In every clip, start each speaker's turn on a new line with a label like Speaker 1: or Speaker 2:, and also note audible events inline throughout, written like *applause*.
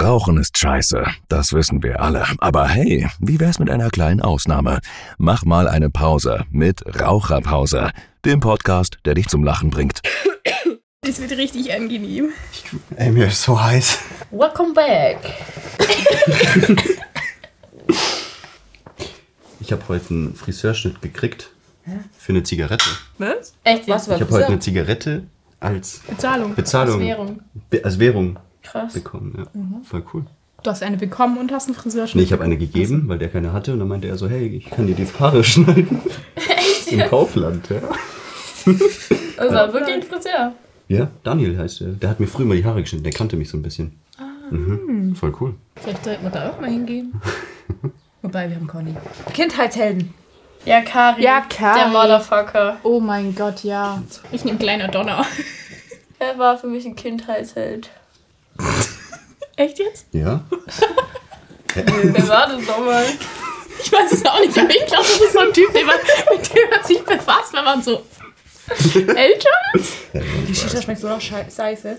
Speaker 1: Rauchen ist scheiße, das wissen wir alle. Aber hey, wie wär's mit einer kleinen Ausnahme? Mach mal eine Pause mit Raucherpause, dem Podcast, der dich zum Lachen bringt.
Speaker 2: Es wird richtig angenehm.
Speaker 3: Ey, mir ist so heiß.
Speaker 4: Welcome back.
Speaker 3: Ich habe heute einen Friseurschnitt gekriegt für eine Zigarette.
Speaker 2: Was?
Speaker 4: Echt? Was
Speaker 3: Ich habe heute eine Zigarette als
Speaker 2: Bezahlung.
Speaker 3: Bezahlung,
Speaker 4: Als Währung.
Speaker 3: Be als Währung
Speaker 4: Krass.
Speaker 3: bekommen. Ja. Voll cool.
Speaker 2: Du hast eine bekommen und hast einen Friseurschnitt.
Speaker 3: Nee, ich habe eine gegeben, weil der keine hatte. Und dann meinte er so, hey, ich kann dir die Haare *laughs* schneiden. Im Kaufland, ja.
Speaker 4: Das war wirklich ein Friseur.
Speaker 3: Ja, Daniel heißt er. Der hat mir früher mal die Haare geschnitten. Der kannte mich so ein bisschen. Mhm. Voll cool.
Speaker 4: Vielleicht sollten wir da auch mal hingehen.
Speaker 2: *laughs* Wobei, wir haben Conny.
Speaker 5: Kindheitshelden.
Speaker 4: Ja, Kari.
Speaker 5: Ja, Kari.
Speaker 4: Der Motherfucker.
Speaker 5: Oh mein Gott, ja.
Speaker 2: Ich nehme kleiner Donner.
Speaker 4: Er war für mich ein Kindheitsheld.
Speaker 2: Echt jetzt?
Speaker 3: Ja?
Speaker 4: Wer war das nochmal?
Speaker 2: Ich weiß es auch nicht, aber ich glaube, das ist so ein Typ, den man, mit dem man sich befasst, wenn man so älter ist.
Speaker 5: Die Shisha schmeckt so nach Schei- Seife.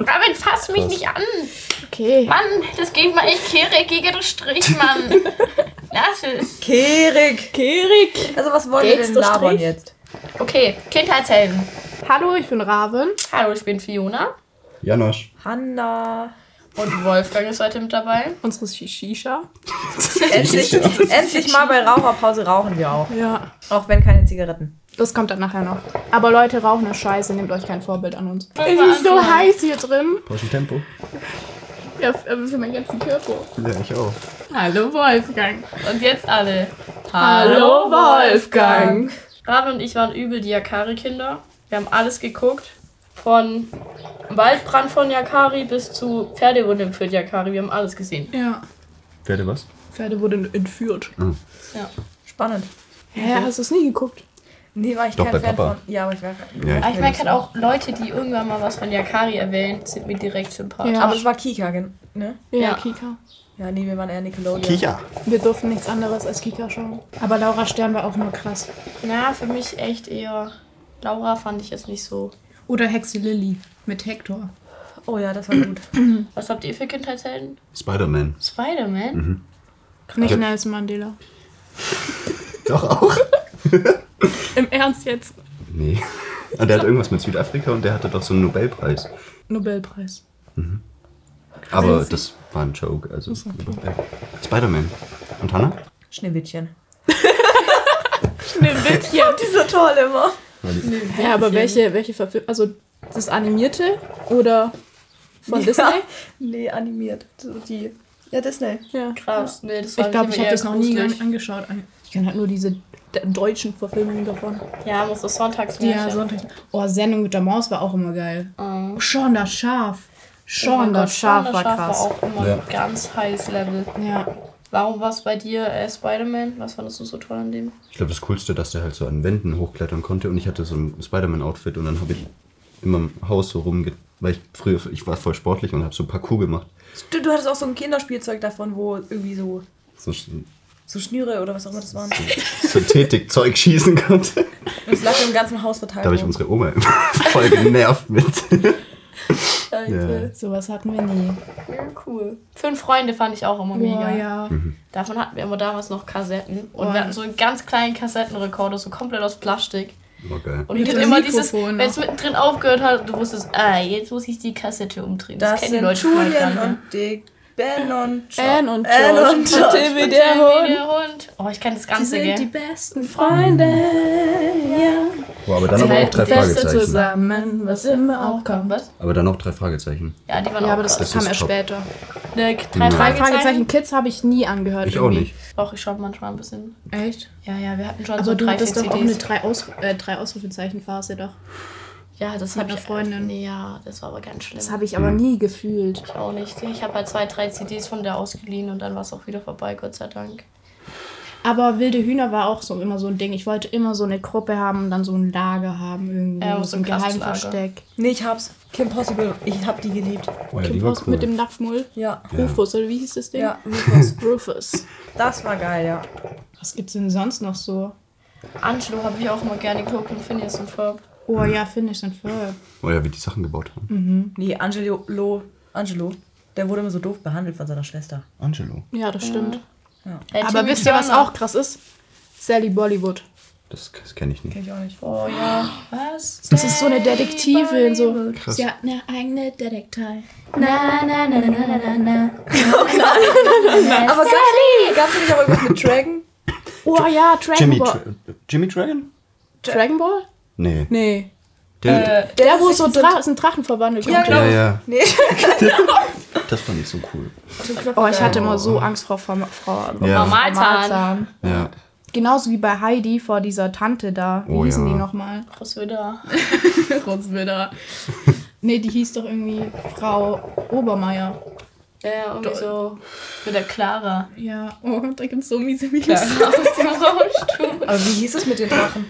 Speaker 4: Robin, fass mich nicht an.
Speaker 5: Okay.
Speaker 4: Mann, das geht mal echt kehre gegen den Strich,
Speaker 2: *laughs*
Speaker 4: Mann. Lass es.
Speaker 5: Kerik. Kerik. Also was wollen
Speaker 2: Geht's
Speaker 5: wir denn
Speaker 2: durch
Speaker 5: labern
Speaker 2: Strich?
Speaker 5: jetzt?
Speaker 4: Okay, Kindheitshelden.
Speaker 5: Hallo, ich bin Raven.
Speaker 4: Hallo, ich bin Fiona.
Speaker 3: Janosch.
Speaker 5: Hanna.
Speaker 4: Und Wolfgang ist heute mit dabei.
Speaker 2: Unsere Shisha.
Speaker 5: Endlich, endlich mal bei Raucherpause rauchen wir auch.
Speaker 2: Ja.
Speaker 5: Auch wenn keine Zigaretten.
Speaker 2: Das kommt dann nachher noch. Aber Leute, rauchen ist scheiße, nehmt euch kein Vorbild an uns. Es
Speaker 4: mal
Speaker 2: ist so
Speaker 4: anfangen.
Speaker 2: heiß hier drin.
Speaker 3: Brauchst du Tempo?
Speaker 2: Ja, f- äh, für meinen ganzen Körper.
Speaker 3: Ja, ich auch.
Speaker 2: Hallo Wolfgang.
Speaker 4: Und jetzt alle.
Speaker 2: Hallo Wolfgang.
Speaker 4: Raben und ich waren übel die Yakari-Kinder. Wir haben alles geguckt. Von Waldbrand von Yakari bis zu Pferdewunde für Yakari. Wir haben alles gesehen.
Speaker 2: Ja.
Speaker 3: Werde was?
Speaker 2: Pferde wurden entführt.
Speaker 5: Spannend.
Speaker 2: Hä, hast du es nie geguckt?
Speaker 5: Nee, war ich
Speaker 3: Doch,
Speaker 5: kein
Speaker 3: bei
Speaker 5: Fan
Speaker 3: Papa.
Speaker 5: von. Ja, aber ich war.
Speaker 3: Ja,
Speaker 4: Aber ich merke halt auch, Leute, die irgendwann mal was von Yakari erwähnen, sind mir direkt sympathisch.
Speaker 2: Ja.
Speaker 5: Aber es war Kika, gen- ne?
Speaker 2: Ja,
Speaker 4: Ja.
Speaker 2: Kika.
Speaker 5: Ja, nee, wir waren eher Nickelodeon.
Speaker 3: Kicha.
Speaker 2: Wir durften nichts anderes als Kika schauen. Aber Laura Stern war auch nur krass.
Speaker 4: Na, für mich echt eher. Laura fand ich jetzt nicht so.
Speaker 2: Oder Hexe Lilly mit Hector.
Speaker 5: Oh ja, das war gut. *clears throat*
Speaker 4: Was habt ihr für Kindheitshelden?
Speaker 3: Spider-Man.
Speaker 4: Spider-Man?
Speaker 2: Mhm. Nicht Nelson Mandela.
Speaker 3: Doch auch?
Speaker 2: Im Ernst jetzt?
Speaker 3: Nee. *laughs* Und der hat irgendwas mit Südafrika und der hatte doch so einen Nobelpreis.
Speaker 2: Nobelpreis.
Speaker 3: Aber das war ein Joke. Also äh, Spider-Man. Und Hannah?
Speaker 5: Schneewittchen.
Speaker 2: Ne, Wittchen.
Speaker 5: Die so toll immer.
Speaker 2: Ja, aber welche, welche Verfilmung? Also das animierte oder von Disney?
Speaker 5: Nee, animiert. So die. Ja, Disney.
Speaker 2: Ja.
Speaker 4: Krass. Nee, das war
Speaker 2: Ich glaube,
Speaker 4: mir
Speaker 2: ich habe
Speaker 4: eher
Speaker 2: das noch nie
Speaker 4: gruselig.
Speaker 2: an- angeschaut. An- Ich kenne halt nur diese de- deutschen Verfilmungen davon.
Speaker 4: Ja, muss das Sonntagsmärchen.
Speaker 2: Ja, sonntags. Oh, Sendung mit der Maus war auch immer geil.
Speaker 4: Mhm.
Speaker 2: Schon das Schaf.
Speaker 4: Oh mein
Speaker 2: Schon das
Speaker 4: Gott,
Speaker 2: Schaf
Speaker 4: Schorn,
Speaker 2: war
Speaker 4: das
Speaker 2: krass.
Speaker 4: auch immer
Speaker 3: Ja.
Speaker 4: ein ganz heiß Level.
Speaker 2: Ja.
Speaker 4: Warum war es bei dir äh, Spider-Man? Was fandest du so toll an dem?
Speaker 3: Ich glaube, das Coolste, dass der halt so an Wänden hochklettern konnte und ich hatte so ein Spider-Man-Outfit und dann habe ich in meinem Haus so rumge... Weil ich früher, ich war voll sportlich und habe so Parkour gemacht.
Speaker 5: Du, du hattest auch so ein Kinderspielzeug davon, wo irgendwie so,
Speaker 3: So, so
Speaker 5: so Schnüre oder was auch immer das waren.
Speaker 3: tätig Zeug *laughs* schießen konnte.
Speaker 5: Und es lag im ganzen Haus verteilt.
Speaker 3: Da habe ich
Speaker 5: rum.
Speaker 3: unsere Oma immer *laughs* voll genervt mit. Ja.
Speaker 2: Sowas hatten wir nie.
Speaker 4: Ja, cool. Fünf Freunde fand ich auch immer mega.
Speaker 2: Boah, Oh, ja.
Speaker 4: Davon hatten wir immer damals noch Kassetten. Und
Speaker 2: Boah.
Speaker 4: wir hatten so einen ganz kleinen Kassettenrekorder, so komplett aus Plastik.
Speaker 3: War geil.
Speaker 4: Und
Speaker 2: Mit
Speaker 4: wir
Speaker 2: so
Speaker 4: hatten immer
Speaker 2: Mikrofon
Speaker 4: dieses,
Speaker 2: noch.
Speaker 4: wenn es mittendrin aufgehört hat, du wusstest, ah, jetzt muss ich die Kassette umdrehen. Das,
Speaker 5: Das
Speaker 4: kennen die
Speaker 5: sind
Speaker 4: Leute ne? vielleicht gar
Speaker 5: Julian
Speaker 4: nicht mehr.
Speaker 5: und Dick, Ben und Josh.
Speaker 2: Anne und
Speaker 5: Anne
Speaker 2: George.
Speaker 5: und George.
Speaker 4: Der
Speaker 2: Timmy, der
Speaker 4: Hund.
Speaker 2: Hund.
Speaker 4: Der Hund. Oh, ich kenne das
Speaker 2: Die
Speaker 4: Ganze,
Speaker 2: sind die
Speaker 4: gell?
Speaker 2: besten Freunde. Ja.
Speaker 3: Boah, aber dann
Speaker 4: Sie
Speaker 3: aber auch
Speaker 4: halten
Speaker 3: drei
Speaker 2: Feste
Speaker 3: Fragezeichen.
Speaker 2: zusammen, was immer auch kommt.
Speaker 4: Oh, Was?
Speaker 3: Aber dann auch drei Fragezeichen.
Speaker 4: Ja, die waren
Speaker 2: Ja,
Speaker 4: auch
Speaker 2: aber das,
Speaker 3: Das
Speaker 2: kam
Speaker 3: ist
Speaker 2: erst
Speaker 3: top.
Speaker 2: später.
Speaker 4: Ne, drei
Speaker 3: Mhm.
Speaker 2: Drei
Speaker 4: Fragezeichen.
Speaker 2: Fragezeichen Kids habe ich nie angehört.
Speaker 3: Ich auch
Speaker 2: irgendwie.
Speaker 3: nicht.
Speaker 4: Doch, ich schaue manchmal ein bisschen.
Speaker 2: Echt?
Speaker 4: Ja, ja, wir hatten schon
Speaker 2: Aber
Speaker 4: so
Speaker 2: du
Speaker 4: drei,
Speaker 2: hattest
Speaker 4: vier
Speaker 2: doch auch
Speaker 4: CDs.
Speaker 2: eine drei, Aus äh, drei Ausrufezeichen-Phase doch.
Speaker 4: Ja, das
Speaker 2: mit
Speaker 4: hat
Speaker 2: einer Freundin.
Speaker 4: Ja, das war aber ganz schlimm.
Speaker 2: Das habe
Speaker 3: Mhm.
Speaker 2: ich aber nie gefühlt.
Speaker 4: ich auch nicht. Ich habe halt zwei, drei CDs von der ausgeliehen und dann war es auch wieder vorbei, Gott sei Dank.
Speaker 2: Aber wilde Hühner war auch so immer so ein Ding. Ich wollte immer so eine Gruppe haben und dann so ein Lager haben irgendwie.
Speaker 4: Ja, so
Speaker 2: so
Speaker 4: ein
Speaker 2: ein
Speaker 4: krasses
Speaker 2: Geheimversteck.
Speaker 5: Nee, ich hab's. Kim Possible. Ich hab die geliebt.
Speaker 3: Oh, ja,
Speaker 2: Kim
Speaker 3: die war
Speaker 2: Post
Speaker 3: cool.
Speaker 2: mit dem Napfmull.
Speaker 5: Ja.
Speaker 2: Rufus, oder wie hieß das Ding?
Speaker 5: Ja, Rufus.
Speaker 2: *laughs* Rufus.
Speaker 5: Das war geil, ja.
Speaker 2: Was gibt's denn sonst noch so?
Speaker 4: Angelo habe ich auch immer gerne geguckt und Phineas und Ferb.
Speaker 2: Oh ja, Finish and Ferb.
Speaker 3: Oh ja, wie die Sachen gebaut haben.
Speaker 5: Nee, Angelo, Lo, Angelo, der wurde immer so doof behandelt von seiner Schwester.
Speaker 3: Angelo.
Speaker 2: Ja, das stimmt.
Speaker 4: Äh,
Speaker 2: Aber
Speaker 4: Timmy
Speaker 2: wisst ihr, was
Speaker 4: Turner.
Speaker 2: auch krass ist? Sally Bollywood.
Speaker 3: Das, das kenne ich nicht.
Speaker 5: ich auch nicht.
Speaker 4: Oh ja.
Speaker 5: Was?
Speaker 2: Das ist so eine Detektivin. So.
Speaker 3: Krass.
Speaker 2: Sie hat eine eigene Detektei.
Speaker 6: Na, na, na, na, na, na, na.
Speaker 4: Äh,
Speaker 5: Aber sag, gab es nicht auch irgendwas mit Dragon?
Speaker 2: Oh ja, Dragon
Speaker 3: Jimmy,
Speaker 2: Ball. Äh,
Speaker 3: Tra Jimmy Dragon?
Speaker 2: Dragon Ball?
Speaker 3: Nee.
Speaker 2: Nee.
Speaker 3: Der,
Speaker 2: Der, wo so Dra in Drachen verwandelt
Speaker 5: Ja,
Speaker 2: wird.
Speaker 5: genau.
Speaker 3: ja, ja.
Speaker 5: Nee.
Speaker 3: *laughs* Das fand ich so cool.
Speaker 2: Oh, ich hatte immer so Angst vor Frau, Frau
Speaker 3: Ja.
Speaker 4: Maltan.
Speaker 2: Malzahn.
Speaker 3: Ja.
Speaker 2: Genauso wie bei Heidi vor dieser Tante da. Wie
Speaker 3: Oh,
Speaker 2: hießen
Speaker 3: ja.
Speaker 2: die nochmal? *laughs*
Speaker 4: Großwilder.
Speaker 2: Rotzmüller. Nee, die hieß doch irgendwie Frau Obermeier.
Speaker 4: Ja, irgendwie so. Mit der Clara.
Speaker 2: Ja, oh Gott, da gibt's so miese Videos.
Speaker 4: Aus dem Rauschstuhl.
Speaker 5: Aber wie hieß es mit den Drachen?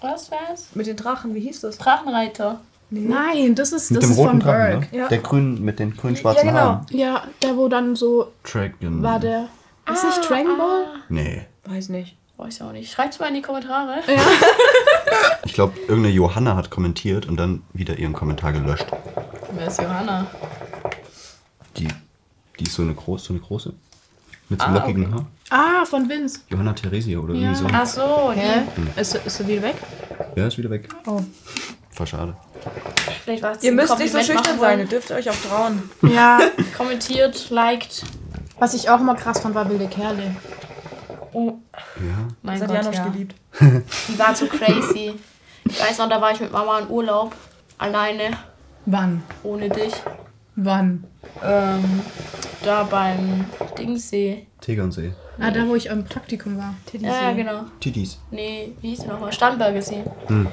Speaker 4: Was war's?
Speaker 5: Mit den Drachen, wie hieß das?
Speaker 4: Drachenreiter.
Speaker 2: Nein, das ist,
Speaker 3: Mit
Speaker 2: das
Speaker 3: dem
Speaker 2: ist
Speaker 3: roten
Speaker 2: von
Speaker 3: Drachen,
Speaker 2: Berg.
Speaker 3: ne?
Speaker 5: Ja.
Speaker 3: Der grün, mit den grün-schwarzen
Speaker 5: Ja, genau.
Speaker 3: Haaren.
Speaker 2: Ja, der wo dann so
Speaker 3: Dragon.
Speaker 2: war der. Ist nicht Dragon Ball?
Speaker 3: Nee.
Speaker 5: Weiß nicht.
Speaker 4: Weiß ich auch nicht. Schreibt's mal in die Kommentare.
Speaker 3: Ich glaube, irgendeine Johanna hat kommentiert und dann wieder ihren Kommentar gelöscht.
Speaker 4: Wer ist Johanna?
Speaker 3: Die, die ist so eine große, so eine große. Mit so
Speaker 4: Ah,
Speaker 3: lockigen Haar.
Speaker 2: Ah, von Vince.
Speaker 3: Johanna Theresia oder
Speaker 2: Ja. Ah.
Speaker 3: irgendwie so.
Speaker 4: Ach so, die.
Speaker 2: Ist, ist er wieder weg?
Speaker 3: Ja, ist wieder weg.
Speaker 2: Oh.
Speaker 3: War schade.
Speaker 4: Vielleicht war's
Speaker 5: Ihr
Speaker 4: ein
Speaker 5: müsst nicht so
Speaker 4: Kompliment
Speaker 5: schüchtern
Speaker 4: machen
Speaker 5: sein, ihr
Speaker 4: wollen.
Speaker 5: dürft euch auch trauen.
Speaker 2: Ja,
Speaker 4: Kommentiert, liked.
Speaker 2: was ich auch immer krass fand, war wilde Kerle.
Speaker 4: Oh,
Speaker 3: Ja.
Speaker 4: mein
Speaker 5: Das hat
Speaker 4: Gott,
Speaker 5: Janosch
Speaker 4: ja.
Speaker 5: geliebt.
Speaker 4: Die waren so crazy. Ich weiß noch, da war ich mit Mama in Urlaub. Alleine,
Speaker 2: Wann?
Speaker 4: ohne dich.
Speaker 2: Wann?
Speaker 4: Ähm, da beim Dingsee.
Speaker 3: Tegernsee.
Speaker 2: Ah, da wo ich im Praktikum war.
Speaker 4: Ja, ja, genau.
Speaker 3: Titis.
Speaker 4: Nee, wie hieß die nochmal? Starnberger See.
Speaker 3: Hm.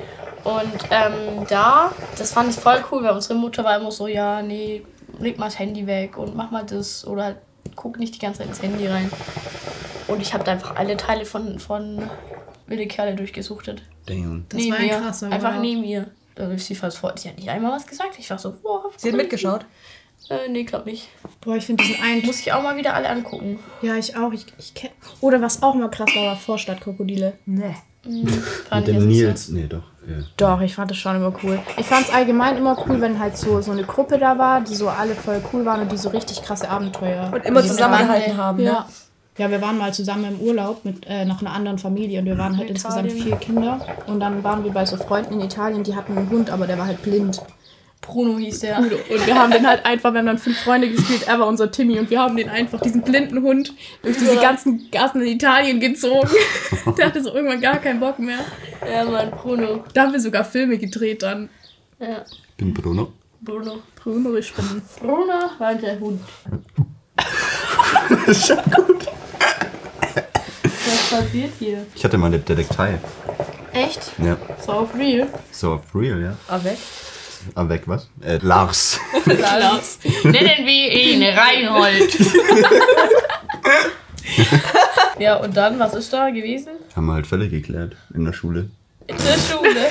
Speaker 4: Und ähm, da, das fand ich voll cool, weil unsere Mutter war immer so, ja, nee, leg mal das Handy weg und mach mal das oder guck nicht die ganze Zeit ins Handy rein. Und ich habe da einfach alle Teile von, von Wilde Kerle durchgesuchtet.
Speaker 3: Damn.
Speaker 2: Das war ein krasser
Speaker 4: Einfach
Speaker 2: Urlaub.
Speaker 4: neben ihr. Da rief sie fast vor. Sie hat nicht einmal was gesagt. Ich war so, boah.
Speaker 5: Sie hat mitgeschaut.
Speaker 4: Äh, nee, glaub nicht.
Speaker 2: Boah, ich finde diesen einen.
Speaker 4: Muss ich auch mal wieder alle angucken.
Speaker 2: Ja, ich auch. Ich, ich kenn. Oder was auch mal krass war, war Vorstadtkrokodile.
Speaker 5: Nee.
Speaker 4: Fand ich jetzt
Speaker 3: Mit dem
Speaker 4: nicht so.
Speaker 3: Nils. Nee, doch. Ja.
Speaker 2: Doch, ich fand das schon immer cool. Ich fand es allgemein immer cool, wenn halt so, so eine Gruppe da war, die so alle voll cool waren und die so richtig krasse Abenteuer.
Speaker 5: Und immer
Speaker 2: erlebt
Speaker 5: zusammengehalten haben. ne?
Speaker 2: haben.
Speaker 5: Ja.
Speaker 2: Ja. Ja, wir waren mal zusammen im Urlaub mit äh, noch einer anderen Familie und wir waren halt insgesamt vier Kinder. Und dann waren wir bei so Freunden in Italien, die hatten einen Hund, aber der war halt blind.
Speaker 4: Bruno hieß der.
Speaker 2: Und wir haben den halt einfach, wir haben dann fünf Freunde gespielt, er war unser Timmy und wir haben den einfach, diesen blinden Hund, durch diese ganzen Gassen in Italien gezogen. *laughs* der hatte so irgendwann gar keinen Bock mehr.
Speaker 4: Ja, Mann, Bruno.
Speaker 2: Da haben wir sogar Filme gedreht dann.
Speaker 4: Ja,
Speaker 3: Ich bin Bruno. *laughs*
Speaker 4: Bruno.
Speaker 2: Bruno, ich bin
Speaker 4: Bruno war der Hund. Was passiert hier?
Speaker 3: Ich hatte mal eine Detektei.
Speaker 4: Echt?
Speaker 3: Ja.
Speaker 4: So auf real?
Speaker 3: So, for real, ja.
Speaker 5: Aber weg.
Speaker 3: Ah, weg, was? Äh, Lars. *laughs*
Speaker 4: Klaus. Nennen wir ihn E, Reinhold. *laughs* ja, und dann, was ist da gewesen?
Speaker 3: Haben wir halt Fälle geklärt in der Schule.
Speaker 4: In der Schule.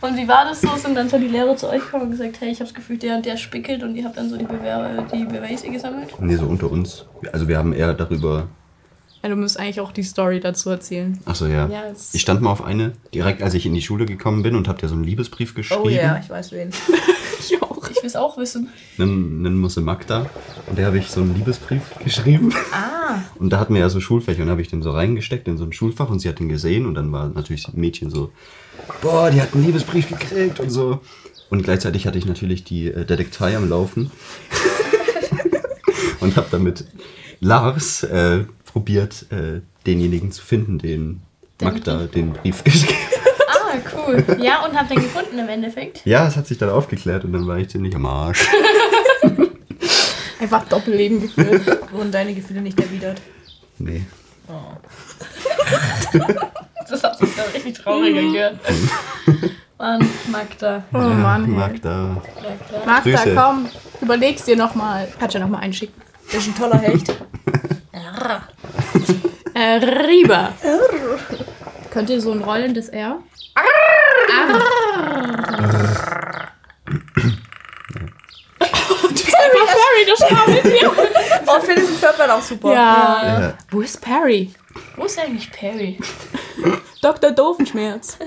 Speaker 4: und wie war das so? Sind dann so die Lehrer zu euch gekommen und gesagt, hey, ich hab's Gefühl, der und der spickelt und ihr habt dann so die, Bewerbe, die Beweise gesammelt?
Speaker 3: Nee, so unter uns. Also wir haben eher darüber.
Speaker 2: Ja, du musst eigentlich auch die Story dazu erzählen.
Speaker 3: Achso, ja.
Speaker 4: Ja, es-
Speaker 3: ich stand mal auf eine, direkt als ich in die Schule gekommen bin und hab dir so einen Liebesbrief geschrieben.
Speaker 5: Oh ja, ich weiß wen. *laughs*
Speaker 2: Ich auch.
Speaker 4: Ich will's auch wissen.
Speaker 3: Nennen, nennen muss sie Magda. Und der habe ich so einen Liebesbrief geschrieben.
Speaker 5: Ah.
Speaker 3: *laughs* Und da hatten wir ja so Schulfächer und habe ich den so reingesteckt in so ein Schulfach und sie hat den gesehen und dann war natürlich ein Mädchen so, boah, die hat einen Liebesbrief gekriegt und so. Und gleichzeitig hatte ich natürlich die äh, Detektei am
Speaker 2: *laughs*
Speaker 3: Laufen und habe damit Lars äh, probiert, äh, denjenigen zu finden, den Magda den Brief *laughs* geschrieben hat.
Speaker 4: Ah, cool. Ja, und habt den gefunden im Endeffekt?
Speaker 3: Ja, es hat sich dann aufgeklärt und dann war ich ziemlich am
Speaker 2: *laughs*
Speaker 3: Arsch.
Speaker 2: Einfach Doppelleben
Speaker 4: *laughs*
Speaker 2: geführt.
Speaker 5: Wurden deine Gefühle nicht erwidert?
Speaker 3: Nee.
Speaker 4: Das hat sich dann richtig traurig angehört. Mann, Magda.
Speaker 2: Oh Mann. ey.
Speaker 3: Magda.
Speaker 4: Magda.
Speaker 2: Magda,
Speaker 3: Grüße.
Speaker 2: komm, überleg's dir nochmal. Katja nochmal einschicken.
Speaker 5: Das ist ein toller
Speaker 4: *laughs*
Speaker 5: Hecht.
Speaker 4: *laughs*
Speaker 2: Äh, Rieber. Könnt ihr so ein rollendes R? *laughs* Perry, das kam mit mir.
Speaker 5: Oh, Phil ist ein Körper auch super.
Speaker 2: Ja.
Speaker 3: Ja.
Speaker 2: Wo ist Perry?
Speaker 4: Wo ist eigentlich Perry?
Speaker 2: Dr. Doofenschmerz.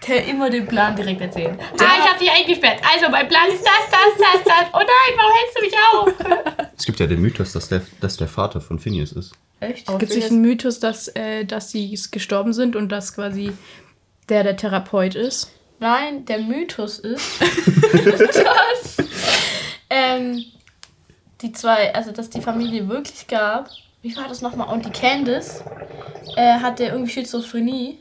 Speaker 7: bisher immer den Plan direkt erzählen.
Speaker 4: Ah, ich hab dich eingesperrt. Also, mein Plan ist das, das, das, das. Oh nein, warum hältst du mich auf?
Speaker 3: Es gibt ja den Mythos, dass der, dass der Vater von Phineas ist.
Speaker 7: Echt?
Speaker 4: Oh,
Speaker 2: Gibt es nicht einen Mythos, dass, äh, dass sie gestorben sind und dass quasi der der Therapeut ist?
Speaker 4: Nein, der Mythos ist, dass ähm, die zwei, also dass die Familie wirklich gab. Wie war das nochmal? Und die Candice äh, hatte irgendwie Schizophrenie.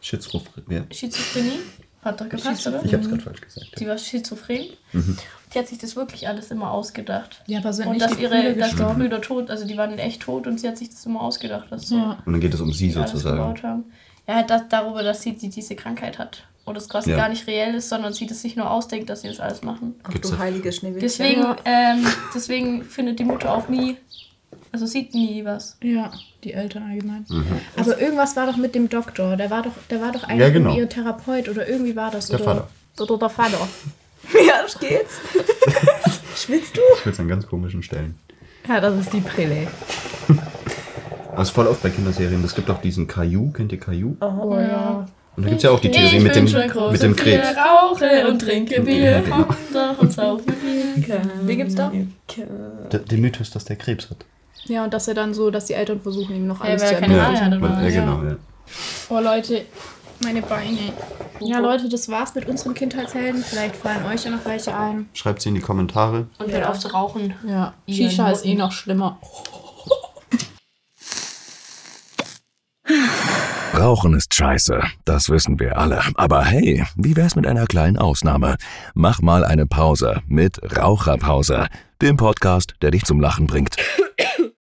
Speaker 3: Schitzruf. Ja.
Speaker 4: Schizophrenie? Hat doch gepasst, oder?
Speaker 3: Ich hab's gerade falsch gesagt.
Speaker 4: Die war schizophren. Die hat sich das wirklich alles immer ausgedacht.
Speaker 2: Ja, aber sind
Speaker 4: und
Speaker 2: nicht
Speaker 4: dass
Speaker 2: die
Speaker 4: ihre
Speaker 2: Brüder
Speaker 4: dass die
Speaker 2: gestorben?
Speaker 4: Brüder tot, also die waren echt tot und sie hat sich das immer ausgedacht, dass so
Speaker 2: Ja.
Speaker 3: Und dann geht es um sie
Speaker 4: die alles
Speaker 3: sozusagen.
Speaker 4: gebaut haben. Ja, halt das, darüber, dass sie die, diese Krankheit hat. Und es quasi
Speaker 3: Ja.
Speaker 4: gar nicht reell ist, sondern sie das sich nur ausdenkt, dass sie das alles machen.
Speaker 5: Ach
Speaker 3: Gibt's
Speaker 5: du
Speaker 3: da-
Speaker 5: heilige Schneewittchen.
Speaker 4: Deswegen, ähm, deswegen findet die Mutter auch nie, also sieht nie was.
Speaker 2: Ja, die Eltern allgemein. Aber irgendwas war doch mit dem Doktor. Der war doch, der war doch eigentlich
Speaker 3: Mhm. Ja, genau.
Speaker 2: ihr Therapeut oder irgendwie war das.
Speaker 3: Der
Speaker 2: oder,
Speaker 3: Vater.
Speaker 2: Oder der Vater.
Speaker 5: *laughs* Ja, geht's. Schwitzt du?
Speaker 3: Ich will's an ganz komischen Stellen.
Speaker 7: Ja, das ist die Brille.
Speaker 3: Also voll oft bei Kinderserien. Es gibt auch diesen Caillou. Kennt ihr Caillou?
Speaker 2: Oh ja.
Speaker 3: Und da gibt's ja auch die Theorie mit dem, mit dem Krebs.
Speaker 4: rauche und trinke
Speaker 3: Bier,
Speaker 2: *laughs*
Speaker 3: genau.
Speaker 4: und saufe
Speaker 5: Wen gibt's da?
Speaker 3: D- Den Mythos, dass der Krebs hat.
Speaker 2: Ja, und dass er dann so, dass die Eltern versuchen, ihm noch
Speaker 4: Ja,
Speaker 2: alles
Speaker 4: weil
Speaker 2: zu
Speaker 4: er keine
Speaker 2: ermöglichen.
Speaker 4: Ahnung hat. oder
Speaker 3: Ja,
Speaker 4: was.
Speaker 3: genau, ja.
Speaker 2: Oh Leute, meine Beine. Ja, Leute, das war's mit unseren Kindheitshelden. Vielleicht fallen euch ja noch welche ein.
Speaker 3: Schreibt's in die Kommentare.
Speaker 4: Und hört auf zu rauchen.
Speaker 2: Ja,
Speaker 7: Ian
Speaker 2: Shisha ist eh
Speaker 7: Norton.
Speaker 2: noch schlimmer.
Speaker 1: Rauchen ist scheiße, das wissen wir alle. Aber hey, wie wär's mit einer kleinen Ausnahme? Mach mal eine Pause mit Raucherpause, dem Podcast, der dich zum Lachen bringt.